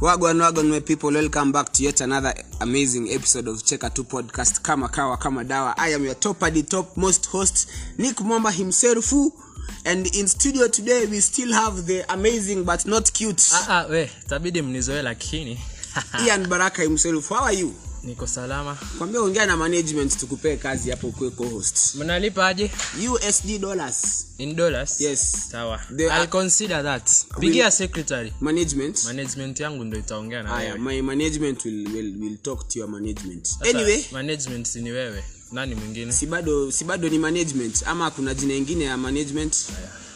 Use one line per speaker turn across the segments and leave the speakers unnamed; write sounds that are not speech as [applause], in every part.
wagwan wagwan my people welcome back to yet another amazing episode of cheka 2 podcast kama kawa kama dawa i am your top at the top most host nick mwamba himself and in studio today we still have the amazing but not cute
Ah, ah, we tabidi mnizoe lakini [laughs]
ian baraka himself how are you
niko salama
kwambia ongea na management tukupee kazi hapo ukuwe co-host
mnalipa aje
usd dollars
in dollars
Yes.
sawa
The-
I'll consider that pigia secretary
management
management yangu ndo itaongea na
haya
wewe
my management will, will, will talk to your management
Sasa,
anyway
management ni wewe nani mwingine
si bado si bado ni management ama kuna jina ingine ya management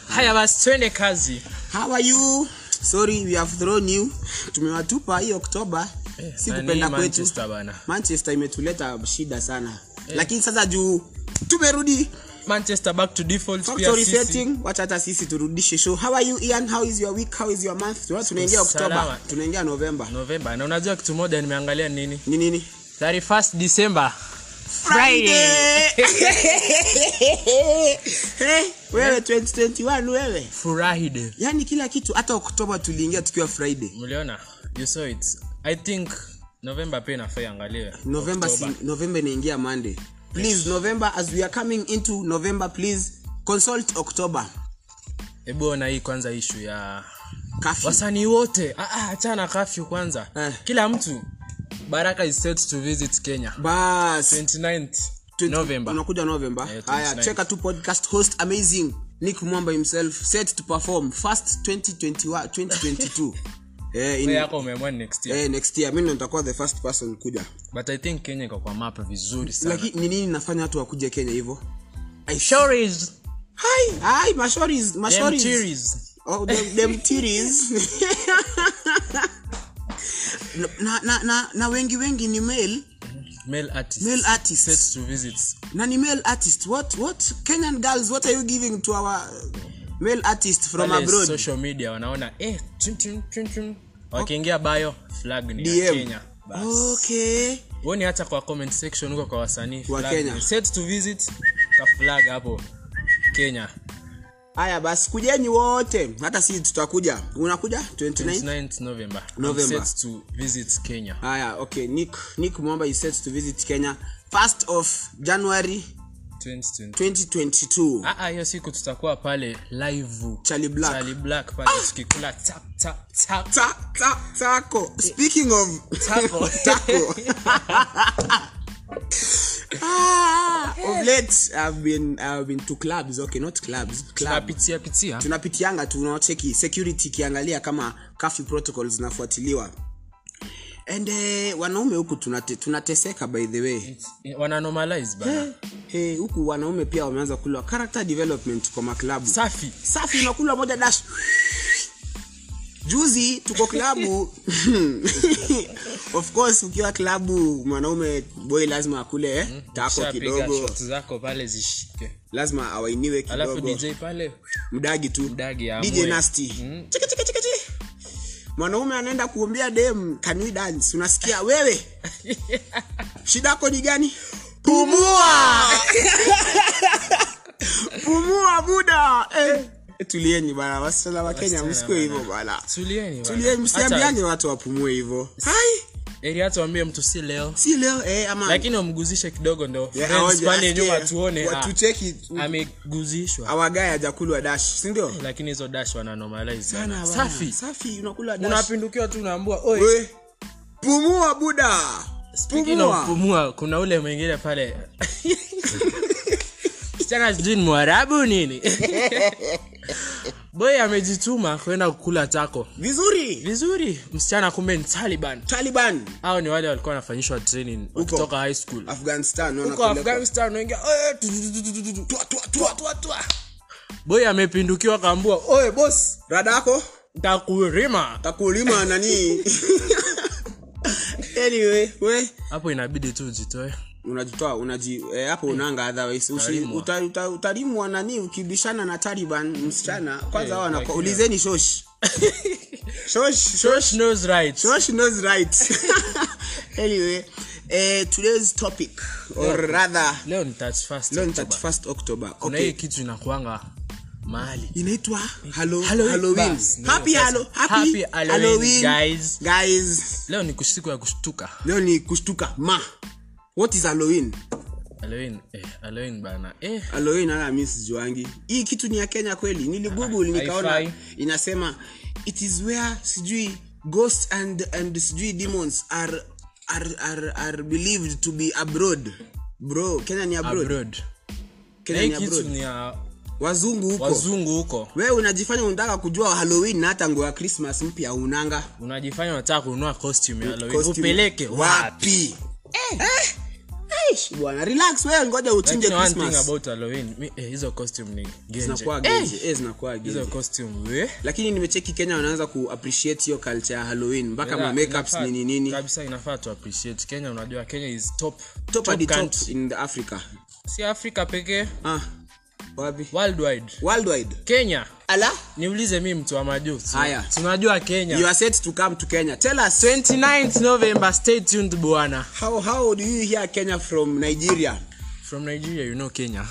haya basi twende kazi
how are you sorry we have thrown you tumewatupa hii oktoba
Eh,
si
nani
kupenda kwetu
Manchester Eh. bana
manchester imetuleta shida sana lakini sasa juu tumerudi
manchester back to default pia
factory
sisi
setting wacha hata sisi turudishe show how are you ian how is your week how is your month Tuna- tunaingia oktoba
Salama.
tunaingia november
november na unajua kitu moja nimeangalia nini
ni nini
31st december
Friday. [laughs] Eh, wewe 2021 wewe
friday
yani kila kitu hata oktoba tuliingia tukiwa friday
mliona you saw it i think november pia inafaa iangaliwe
november si,
October.
november inaingia monday please november as we are coming into november please consult october
hebu ona hii kwanza ishu ya
Curfew.
wasanii wote Ah, ah, achana kafyu kwanza
Eh.
kila mtu baraka is set to visit kenya
bas
29th
Twenty-
november
unakuja november
Eh, 29.
haya cheka tu podcast host amazing nick mwamba himself set to perform first 2021
[laughs]
2022 eh, in,
Wewe yako umeamua ni next year
eh, next year mimi ndo nitakuwa the first person kuja
but i think kenya iko kwa map vizuri sana
lakini ni nini nafanya watu wakuje kenya hivyo
Showries,
hai hai mashoris mashoris
Mtiris.
Oh, them, them titties. [laughs] na, na, na, na wengi wengi ni male
male artists
male artists
set to visit
na ni male artist what what kenyan girls what are you giving to our uh, male artist from
Pale
abroad Oh.
social media wanaona eh chum, chum, chum, chum. wakiingia bio flag ni ya
DM.
kenya Bas.
Oh. okay
uoni hata kwa comment section huko kwa wasanii
Wa
flag
Kenya.
ni set to visit ka flag hapo kenya
haya basi kujeni wote hata si tutakuja unakuja 29
29th november I'm
November.
set to visit kenya
haya okay nick nick mwamba is set to visit kenya first of january
2020
2022
Ah, ah, hiyo siku tutakuwa pale live
charlie black Ah!
Charlie black pale tukikula tap tap tap
ta, ta, taco speaking of [laughs]
Taco.
taco ah, of late I've been I've been to clubs okay not clubs club
tunapitia pitia
tunapitianga tunaocheki security ikiangalia kama curfew protocols zinafuatiliwa and eh, wanaume huku tunate, tunateseka by the way
Eh, wananormalize
Eh.
bana
hey, huku wanaume pia wameanza kula character development kwa maklabu
safi
safi unakula moja dash juzi tuko klabu
[laughs]
of course ukiwa klabu mwanaume boy lazima akule eh, tako
Hmm. Ushapiga
kidogo
shots zako pale zishike
lazima awainiwe
alafu
kidogo
dj pale
mdagi tu
Mdagi Mm.
dj
aamue.
nasty Chiki, chiki, chiki, chiki. mwanaume anaenda kuombea dem can we dance unasikia
[laughs]
wewe shida yako ni gani
[laughs]
pumua pumua buda eh. tulieni bana wasichana wa kenya
Wasichana
msikue hivyo
bana.
bana
tulieni bana.
tulieni
Hata-
msiambiane watu wapumue hivyo hai
eri hata wambie mtu si leo
si leo eh, ama Eh,
lakini umguzishe kidogo ndo
Yeah,
friends
awaje,
pale
asikie,
nyuma tuone ah,
watucheki tu-
ameguzishwa
awagae hajakulwa dash sindio
lakini hizo dash wananormalize
Bana,
sana.
bana.
safi
safi unakula dash
unapindukiwa tu unaambua "Oi,
We, pumua buda
speaking of pumua kuna ule mwingine pale [laughs] msichana sijui ni mwarabu nini boy amejituma kwenda kukula tako
vizuri
vizuri msichana kumbe ni taliban
taliban
hao ni wale walikuwa wanafanyishwa training wakitoka high school
afghanistan
huko
wanapelekwa.
afghanistan wengi
Tua, tua, tua, tua, tua.
boy amepindukiwa kaambua oe bos
rada yako
takurima
[laughs] takulima nani anyway we
hapo inabidi tu ujitoe
unajitoa unaji eh, hapo unanga otherwise usi-
Utalimwa.
uta- uta- utalimwa nani ukibishana na taliban msichana kwanza wao wanakuwa-
lakini-
ulizeni shosh shosh
Josh knows right
Josh knows right. [laughs] anyway, uh, today's topic, or rather,
leo ni 31st
leo ni
October.
31st October.
kuna
Okay.
hii kitu inakuanga mahali
inaitwa hallo-
Halloween
Halloween.
bus. Ndio,
Happy
sasa.
hallo- happy
Happy Halloween,
Halloween,
guys.
guys
leo ni siku ya kushtuka
leo ni kushtuka ma what is halloween
halloween eh, halloween bana eh,
halloween hata mi sijuangi hii kitu ni ya kenya kweli niligoogle
Ah,
nikaona
haifai.
inasema it is where sijui ghosts and, and sijui demons are, are, are, are believed to be abroad bro kenya ni abroad,
abroad Na
Kenya
hii
ni
kitu
abroad.
ni ya
wazungu huko
wazungu huko
wewe unajifanya unataka kujua halloween na hata nguo ya christmas mpya unanga
unajifanya unataka kununua costume ya halloween
Costume
upeleke wapi
wapi Eh. Eish, bwana relax wewe ngoja uchinje
Lakini one thing
christmas
about halloween mi- eh, hizo costume ni genje
zinakuwa genje eh zinakuwa genje
hizo costume eh. we
lakini nimecheki kenya wanaanza ku appreciate hiyo culture ya halloween mpaka ma makeups
Inafaa-
nini nini
kabisa inafaa tu appreciate kenya unajua kenya is top
top at the top
country.
in the africa
si afrika pekee
ah wapi
worldwide
worldwide
kenya
ala
niulize mi mtu wa majuu tu-
Haya.
tunajua kenya
you are set to come to kenya tell us
29th november stay tuned bwana
how how do you hear kenya from nigeria
from nigeria you know kenya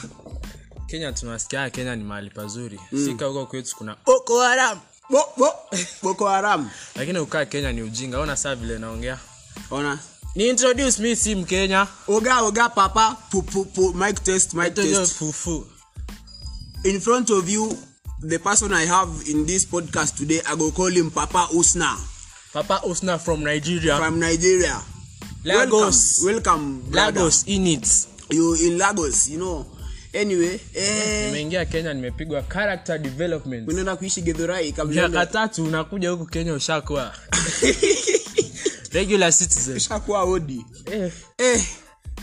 kenya tunasikia kenya ni mahali pazuri mm. sika huko kwetu kuna
boko haram bo, bo, [laughs] boko haram
lakini ukaa kenya ni ujinga ona saa vile naongea
ona
ni introduce mi si mkenya
oga oga papa pu, pu, pu, mic test mic
Tuzo
test
fufu
in front of you the person i have in this podcast today i go call him papa usna
papa usna from nigeria
from nigeria
lagos
welcome, welcome brother.
lagos in it
you in lagos you know anyway eh,
nimeingia kenya nimepigwa character development
unaenda kuishi gedhorai
miaka
kabla
tatu unakuja huku
[laughs]
kenya ushakuwa regular citizen
shakuwa odi
eh.
eh,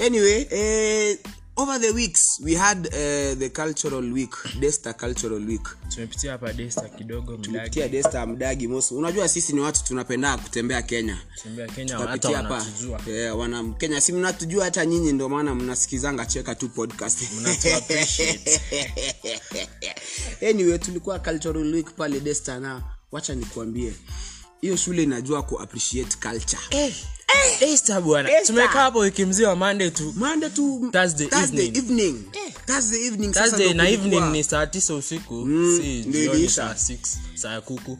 anyway eh, over the weeks we had uh, the cultural week desta cultural week
tumepitia hapa desta kidogo mlagi
kupitia desta mdagi mosi unajua sisi ni watu tunapenda kutembea kenya
tembea kenya hata
Tukapitia hapa
wanatujua
Eh, wana kenya si mnatujua hata nyinyi ndio maana mnasikizanga cheka tu podcast
Mnatu appreciate.
[laughs] anyway tulikuwa cultural week pale desta na wacha nikuambie hiyo shule inajua ku appreciate culture
Eh, Desta bwana
Desta.
tumekaa hapo wiki mzima monday tu
Monday to
Thursday evening. Eh.
evening. Thursday evening sasa
Thursday
ndo
na
kulikuwa- Mm,
evening ni saa tisa usiku si
ndio
jioni
iliisha.
saa 6 saa ya kuku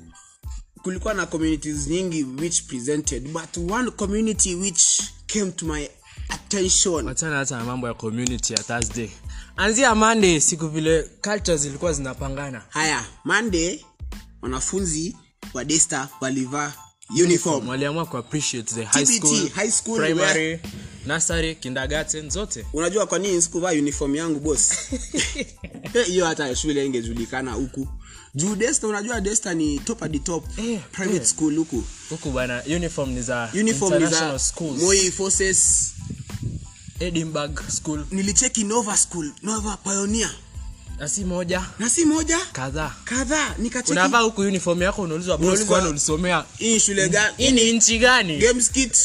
kulikuwa na communities nyingi which presented but one community which came to my attention
wachana hata na mambo ya community ya thursday anzia monday siku vile culture zilikuwa zinapangana
haya monday wanafunzi wa desta walivaa uniform
waliamua ku appreciate the high
TBT,
school,
high school, eh.
primary nursery kindergarten zote
unajua kwa nini sikuvaa uniform yangu
[laughs]
bos hiyo hata shule ingejulikana huku juu desta unajua desta ni top at the top
Eh,
private
eh.
school huku
huku bwana uniform ni za
uniform ni
international
za
schools
moi forces
edinburgh school
nilicheki nova school nova pioneer
na si moja
na si moja
kadhaa
kadhaa nikacheki
unavaa huku uniform yako unaulizwa
Unaulizwa-
boss kwani ulisomea
hii shule gani
hii ni nchi gani
games
[laughs]
kit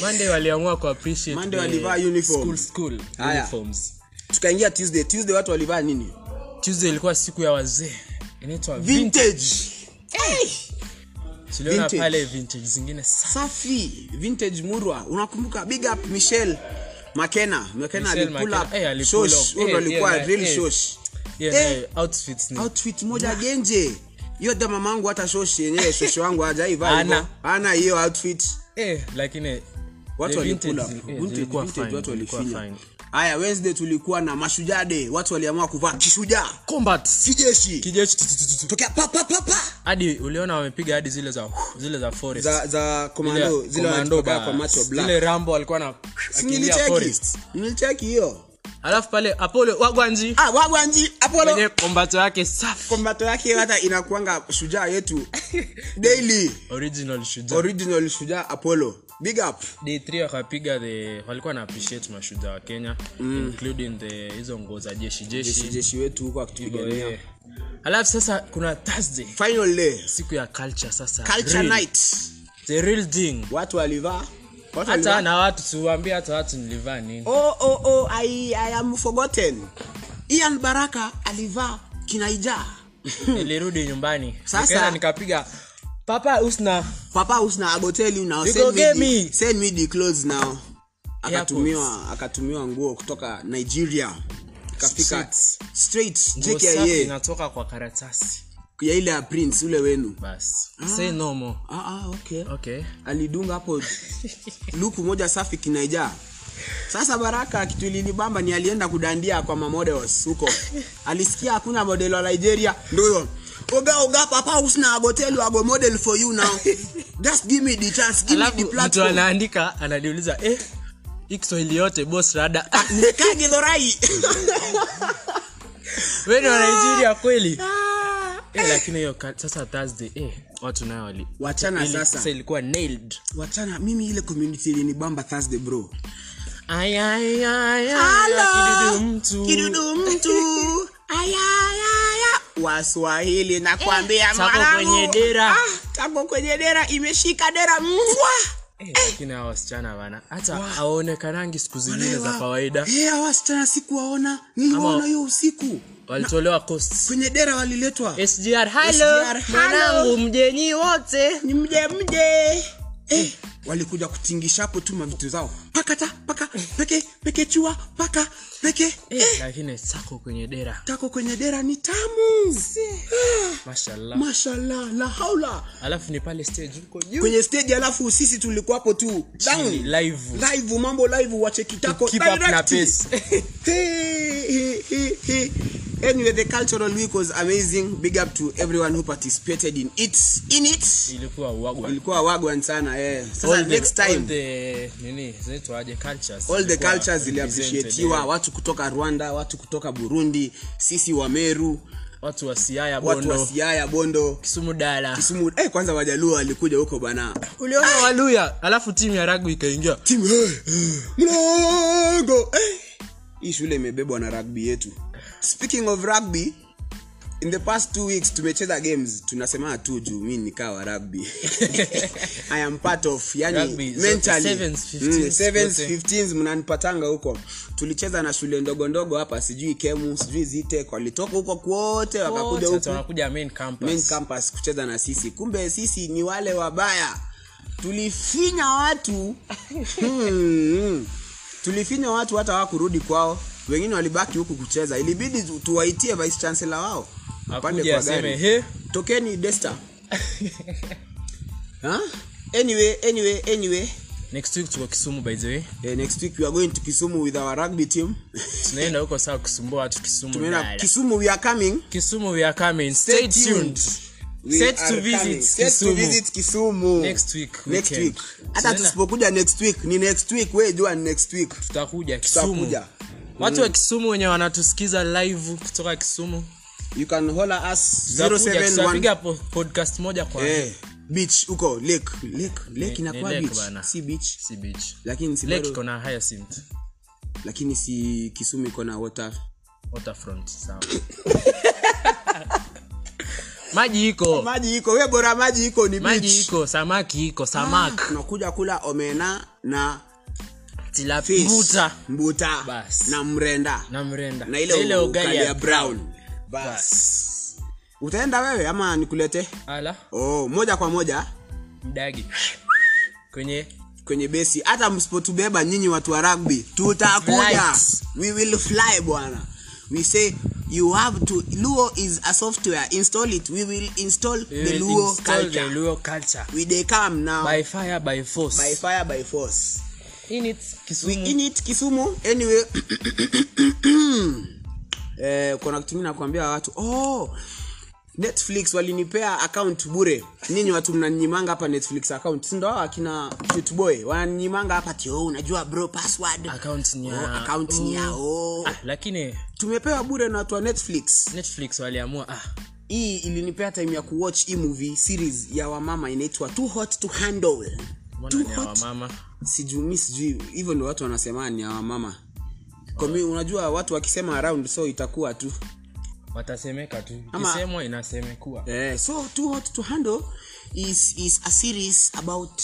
monday waliamua ku appreciate
Monday
the
walivaa uniform.
school school
Haya.
uniforms
tukaingia tuesday tuesday watu walivaa nini
tuesday ilikuwa siku ya wazee inaitwa vintage
vintage
Eh, tuliona
vintage.
pale vintage zingine sa-
safi vintage murwa unakumbuka big up michelle makena makena
Michelle
alipull
Makena.
up
Eh, alipull
shosh
up.
huyo ndo
Eh,
alikuwa
yeah,
real
eh.
shosh
yeah,
Eh.
na outfits ni
outfit moja genje hiyo da mamangu hata shoshi yenyewe shoshi wangu hajaivaa
Hana.
hivyo. hana hiyo outfit
eh lakini
watu
the
walipull up
vintage zili- eh,
Vintage,
zilikuwa
vintage
fine,
watu
zilikuwa
walifinya
fine.
haya wednesday tulikuwa na mashujaa day watu waliamua kuvaa kishujaa
combat
kijeshi
kijeshi tu- tu- tu- tu- tu.
tokea pa pa pa pa
hadi uliona wamepiga hadi zile za zile za forest
za za komando zile wanatoka kwa macho black
zile rambo alikuwa na
Si
akimbia
nilicheki
forest
nilicheki hiyo
alafu pale apollo wagwanji
ah wagwanji apolo
wenye kombato yake safi
kombato yake hiyo hata inakuanga shujaa yetu daily
original shujaa
original shujaa apollo big up
day 3 wakapiga the walikuwa na appreciate mashujaa wa kenya including the hizo nguo za jeshi
Mm. jeshi
jeshi
jeshi wetu huko akitupigania
Eh. alafu sasa kuna thursday
final day
siku ya culture sasa
culture
real.
night
the real thing
watu walivaa watu
hata
walivaa
na watu tuwaambie hata watu nilivaa
[laughs]
nini
oh oh oh i i am forgotten ian baraka alivaa kinaija
nilirudi nyumbani
Sasa-
nikaenda nikapiga papa usna
papa usna agoteli now
You
send
go
me
get
the-
me.
send me the clothes now akatumiwa akatumiwa nguo kutoka nigeria ikafika
Streets.
straight
Nguo
straight ya
safi
ye
inatoka kwa karatasi
ya ile ya prince ule wenu
basi say no more
ah, ah, okay.
okay
alidunga hapo luku moja safi kinaijaa sasa baraka kitu ilinibamba ni alienda kudandia kwa mamodels huko alisikia hakuna model wa nigeria ndo huyo oga oga papa usna agotelu ago model for you now just give me the chance give me the
alafu mtu
platform
anaandika ananiuliza eh hii kiswahili yote boss rada
[laughs]
Ah,
nikange
[laughs]
thorai
wewe ni wa
Ah.
nigeria kweli eh, lakini hiyo ka- sasa thursday eh watu nayo wali
wachana
ili-
sasa
ilikuwa nailed
wachana mimi ile community ilinibamba thursday bro
Ay, ay, ay, ay,
Hello.
kidudu mtu.
kidudu mtu ayayaya waswahili nakwambia Ah,
Eh, tako kwenye dera.
tako kwenye dera imeshika dera mbwa
Eh, lakini hawa wasichana bana hata awaonekanangi siku zingine za kawaida
Eh, hawa wasichana sikuwaona niliwaona
Ama-
hiyo usiku
walitolewa costs.
kwenye dera waliletwa
SGR, hello,
SGR, hello.
mwanangu mjenyi wote Eh,
ni mje mje eh, walikuja kutingishapo tu mavitu zao pakata paka peke peke chua paka peke
eh, lakini sako kwenye dera
tako kwenye dera ni tamu Ah,
mashallah
mashallah la haula
alafu ni pale stage huko juu
kwenye stage alafu sisi tulikuwa hapo tu
Chini,
down
live
live mambo live wachekitako
Keep up na pace.
[laughs] anyway the cultural week was amazing big up to everyone who participated in it in it
ilikuwa uagwa
ilikuwa wagwan sana eh sasa
All the-
next time
all the nini zinaitwaje cultures
all the
zilikuwa
cultures ziliappreciatiwa
represented, eh.
watu kutoka rwanda watu kutoka burundi sisi wameru
watu wa siaya
watu
bondo
wa siaya bondo
kisumu dala
Kisumu- eh, kwanza wajaluo walikuja huko bana
uliona waluya alafu timu ya ragbi ikaingia
timu hey, mlango hey. hii shule imebebwa na rugby yetu speaking of rugby in the past two weeks tumecheza games tunasema tu juu mi nikawa rugby [laughs] i am part of yani
Rugby, zote,
mentally
sevens, fifteens,
Mm, sevens,
zote.
15s mnanipatanga huko tulicheza na shule ndogo ndogo hapa sijui kemu sijui zite walitoka huko kwote wakakuja
Wote
huku
wanakuja main campus.
main campus kucheza na sisi kumbe sisi ni wale wabaya tulifinya
[laughs]
watu hmm. tulifinya watu hata hawakurudi kwao wengine walibaki huku kucheza ilibidi tu- tuwaitie vice chancellor wao wapande
Akuje
kwa
aseme,
gari
"He,
tokeni
[laughs]
desta huh? anyway anyway anyway
next week tuko kisumu by the way
Eh, next week we are going to kisumu with our rugby team [laughs]
tunaenda huko saa kusumbua watu kisumu
tumeenda
Dala.
kisumu we are coming
kisumu we are coming stay tuned
We
set
are
to visit
coming. Set to
kisumu
visit kisumu
next week
next
weekend.
week hata
Tunaenda-
tusipokuja next week ni next week we jua ni next week
tutakuja
Tutakuja. Mm.
kisumu watu wa kisumu wenye wanatusikiza live kutoka kisumu
you can holler us
tutakuja,
071
tutapiga po- podcast moja kwa
eh beach huko lake lake lake inakuwa
ni lake
beach
bana.
si beach
si beach
lakini si
lake
bado-
iko na hyacinth
lakini si kisumu iko na water
waterfront sawa [laughs] maji iko
maji iko we bora maji iko ni
maji
beach Ah.
iko samaki iko samak
tunakuja kula omena na
tilapia
fish
mbuta
mbuta
Bas.
na mrenda
na mrenda
na ile ugali ya brown bas utaenda wewe ama nikulete
ala
oh moja kwa moja
mdagi kwenye eh,
kwenye besi hata msipotubeba nyinyi watu wa rugby tutakuja
Flight.
we will fly bwana we say you have to luo is a software install it we will install
we
the
will
luo
install
culture
the luo culture
we dey come now by,
by fire by force
by fire by force
in it
we
kisumu
in it kisumu anyway [clears throat] eh, kuna kitu ingine nakuambia watu oh netflix walinipea account bure ninyi watu mnaninyimanga hapa netflix account sindo hao akina tutboy wananinyimanga hapa ti oh, unajua bro password
account ni
oh,
ya
account ni ya oh.
ah, lakini
tumepewa bure na watu wa netflix
netflix waliamua ah
hii ilinipea time ya kuwatch hii movie series ya wamama inaitwa too hot to handle
mbona
too
ni ya
hot
wamama
sijui mi sijui hivyo ndio watu wanasema ni hawa mama Kwa mi- unajua watu wakisema around so itakuwa tu
watasemeka tu
Ama-
ikisemwa inasemekua
eh, so too hot to handle is, is a series about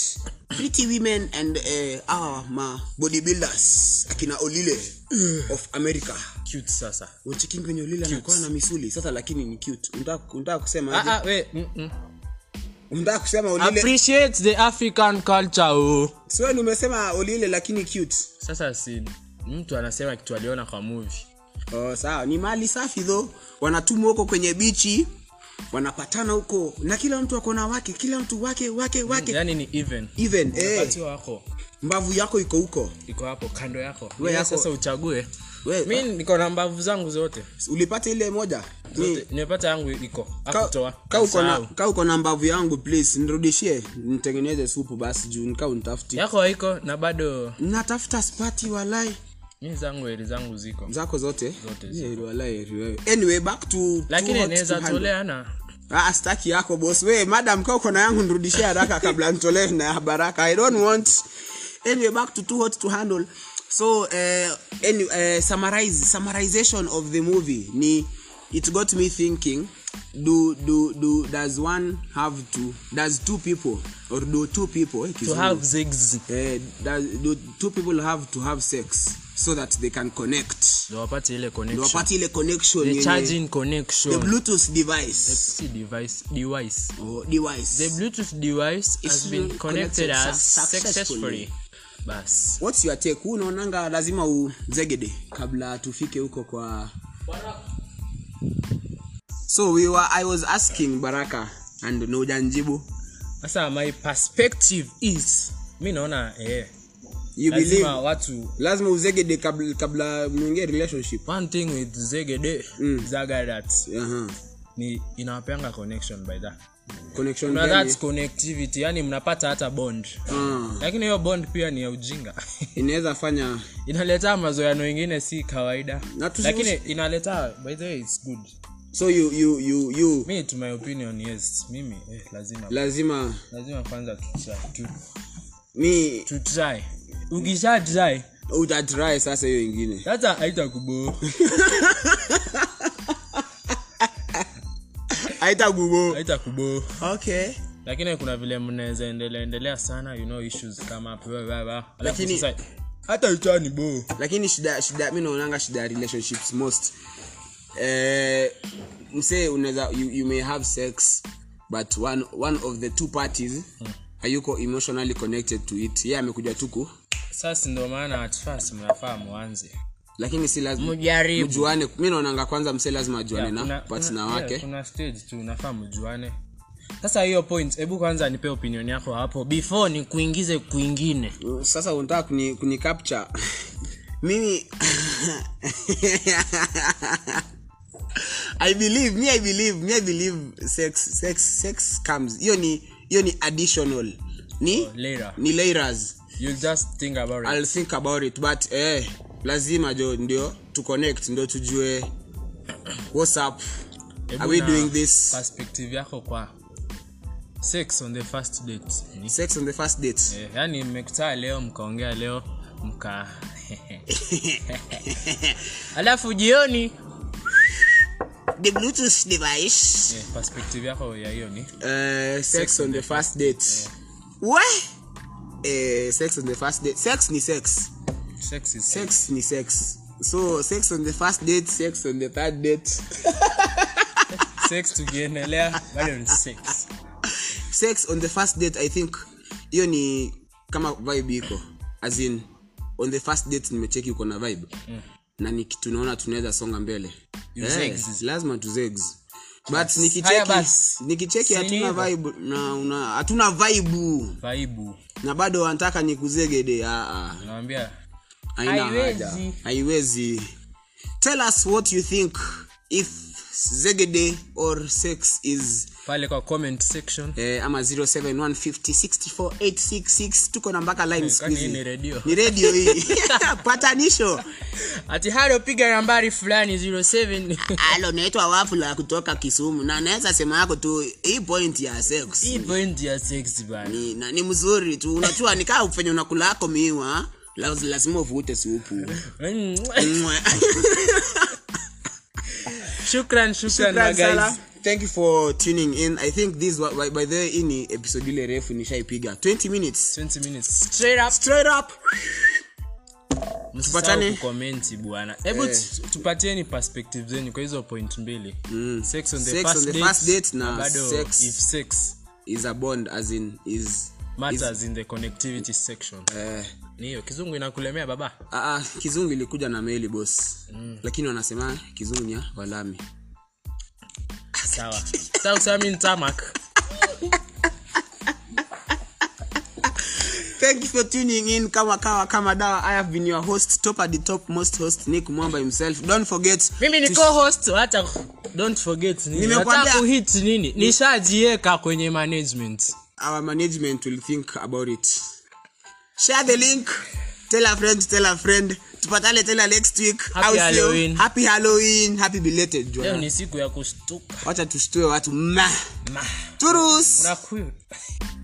pretty women and eh, our ma bodybuilders akina olile
Mm.
of america
cute sasa
wachikin kwenye olile anakuwa na misuli sasa lakini ni cute Unataka- unataka kusema aje?
ah, ah, we, mm, mm.
unataka kusema olile
appreciate the african culture oh.
sio nimesema olile lakini cute
sasa si mtu anasema kitu aliona kwa movie
oh, sawa ni mali safi tho wanatumwa huko kwenye bichi wanapatana huko na kila mtu akona wake kila mtu wake wake wake
yani ni even
even eh,
wakati wako
mbavu yako iko huko
iko hapo kando yako
We
Wewe
yako- Eh,
sasa uchague
We-
mi niko na mbavu zangu zote
ulipata ile moja Ni-
zote nimepata yangu iko
ka-
akutoa
ka uko na- ka uko na mbavu yangu please nirudishie nitengeneze supu basi juu nikaa unitafuti
yako haiko na bado
natafuta spati walai
mi zangu heri zangu ziko
zako zote
Zote
Yeah, walai heri wewe. anyway back to
lakini
to hot to
inaweza
handle.
toleana
Ah, staki yako boss we madam kaa uko na yangu nirudishie haraka kabla nitolee na ya baraka i don't want anyway back to too hot to handle so eh, any, eh, summarize summarization of the movie ni it got me thinking do do do does one have to does two people or do two people eh,
to
Kizungu.
have zigs
eh, does, do two people have to have sex so that they can connect
Ndio wapate ile
Ndio
connection
wapate ile connection
the
yenye-
charging
the
connection
bluetooth device
si device device
or device
the bluetooth device has been connected as successfully bas
what's your take huu unaonanga lazima uzegede kabla tufike huko kwa so we were, i was asking baraka and naujanjibu
sasa my perspective is mi naona eh
you believe
lazima watu
lazima uzegede kabla, kabla mwingie relationship
one thing with zegede
Mm.
zaga that
Aha.
ni inawapeanga connection by that
connection
na
gani?
that's connectivity yani mnapata hata bond
Ah,
lakini hiyo bond pia ni ya ujinga [laughs]
inaweza fanya
inaleta mazoeano ingine si kawaida
Na tusi-
lakini inaleta by the way it's good
so you, you, you, you
me to my opinion yes mimi eh, lazima
lazima
lazima kwanza tutry tu,
mi
tutry ukisha try
utatry sasa hiyo ingine
sasa haitakuboo
aitagubo
haitakuboo
okay
lakini kuna vile mnaweza endelea endelea sana you know issues kama up, blah, blah, blah. Alafu
Lakini-
sasa, hata itani bo
lakini shida shida mi naonanga shida ya relationships most eh, msee unaweza you, you may have sex but one, one of the two parties hayuko emotionally connected to it ye amekuja tuku
sasa ndo maana at first mnafaa muanze
lakini si lazima
mjaribu
mjuane mi naonanga kwanza msee lazima ajuane na
kuna-
patna
kuna- yeah,
wake
kuna stage tu nafaa mjuane sasa hiyo point hebu kwanza nipe opinion yako hapo before ni kuingize kwingine
sasa unataka kuni, kuni capture [laughs] mimi [laughs] i believe me i believe me i believe sex sex sex comes hiyo ni hiyo ni additional ni
later
ni layers
you just think about it
i'll think about it but eh lazima jo ndio to connect ndio tujue what's up
Hebu
are we
na
doing this
perspective yako kwa sex on the first date ni
sex on the first date
eh, yani mmekutaa leo mkaongea leo mka alafu jioni
the bluetooth device
eh, perspective yako ya hiyo ni
Eh, sex on the first date we eh, sex on the first date sex ni sex
sex is
sex ni sex so sex on the first date sex on the third date
sex tukiendelea bado ni sex
sex on the first date i think hiyo ni kama vibe iko as in on the first date nimecheki uko na vibe na ni kitu naona tunaweza songa mbele Eh,
You zegs.
lazima tuzegs but
Haya
nikicheki
basi.
nikicheki
Si ni
hatuna
hivyo.
vibe na una hatuna vibe
vaibu
na bado wanataka nikuzegede ah, ah.
nawambia
haina
Haiwezi.
haja haiwezi tell us what you think if zegede or sex is
pale kwa comment section
eh, ama 0715064866 tuko na mpaka line siku
Eh, kwani
hizi.
hii ni redio?
ni redio
[laughs]
hii [laughs] patanisho
ati halo piga nambari fulani [laughs] 07
alo naitwa wafula kutoka kisumu na naweza sema yako tu hii point ya sex
hii point ya sex bana
ni, na, ni mzuri tu unachua nikaa ufenye unakulako miwa laz- lazima uvute
[laughs]
supu
Mm. shukran shukran
Shukran sana.
magazi
thank you for tuning in i think this wa- by, by the way hii ni episode ile refu nishaipiga 20 minutes
20 minutes straight up
straight up Tupatane.
msisahau kukomenti bwana hebu
Eh.
tu- tupatieni perspective zenu kwa hizo point mbili sex on the,
Mm. Sex on
first,
the
date,
first date na
bado
sex-
if sex
is a bond as in is
matters in the connectivity section
eh,
ni hiyo kizungu inakulemea baba
Aa, ah, kizungu ilikuja na meli bos mm. lakini wanasema kizungu ni ya walami
sawa sawa kusema mi ni tamak
thank you for tuning in kama kawa kama dawa i have been your host top at the top most host nick mwamba himself don't forget
mimi ni
to-
co-host hata don't forget nini
Nimekuambia-
nataka kuhit nini nishajieka kwenye management
our management will think about it share the link tell a friend tell a friend tupatane tena next week
Happy
Au sio?
Halloween.
happy halloween happy belated
leo
Joanna.
ni siku ya kushtuka
wacha tushtue watu ma
Ma,
turus
unakuyu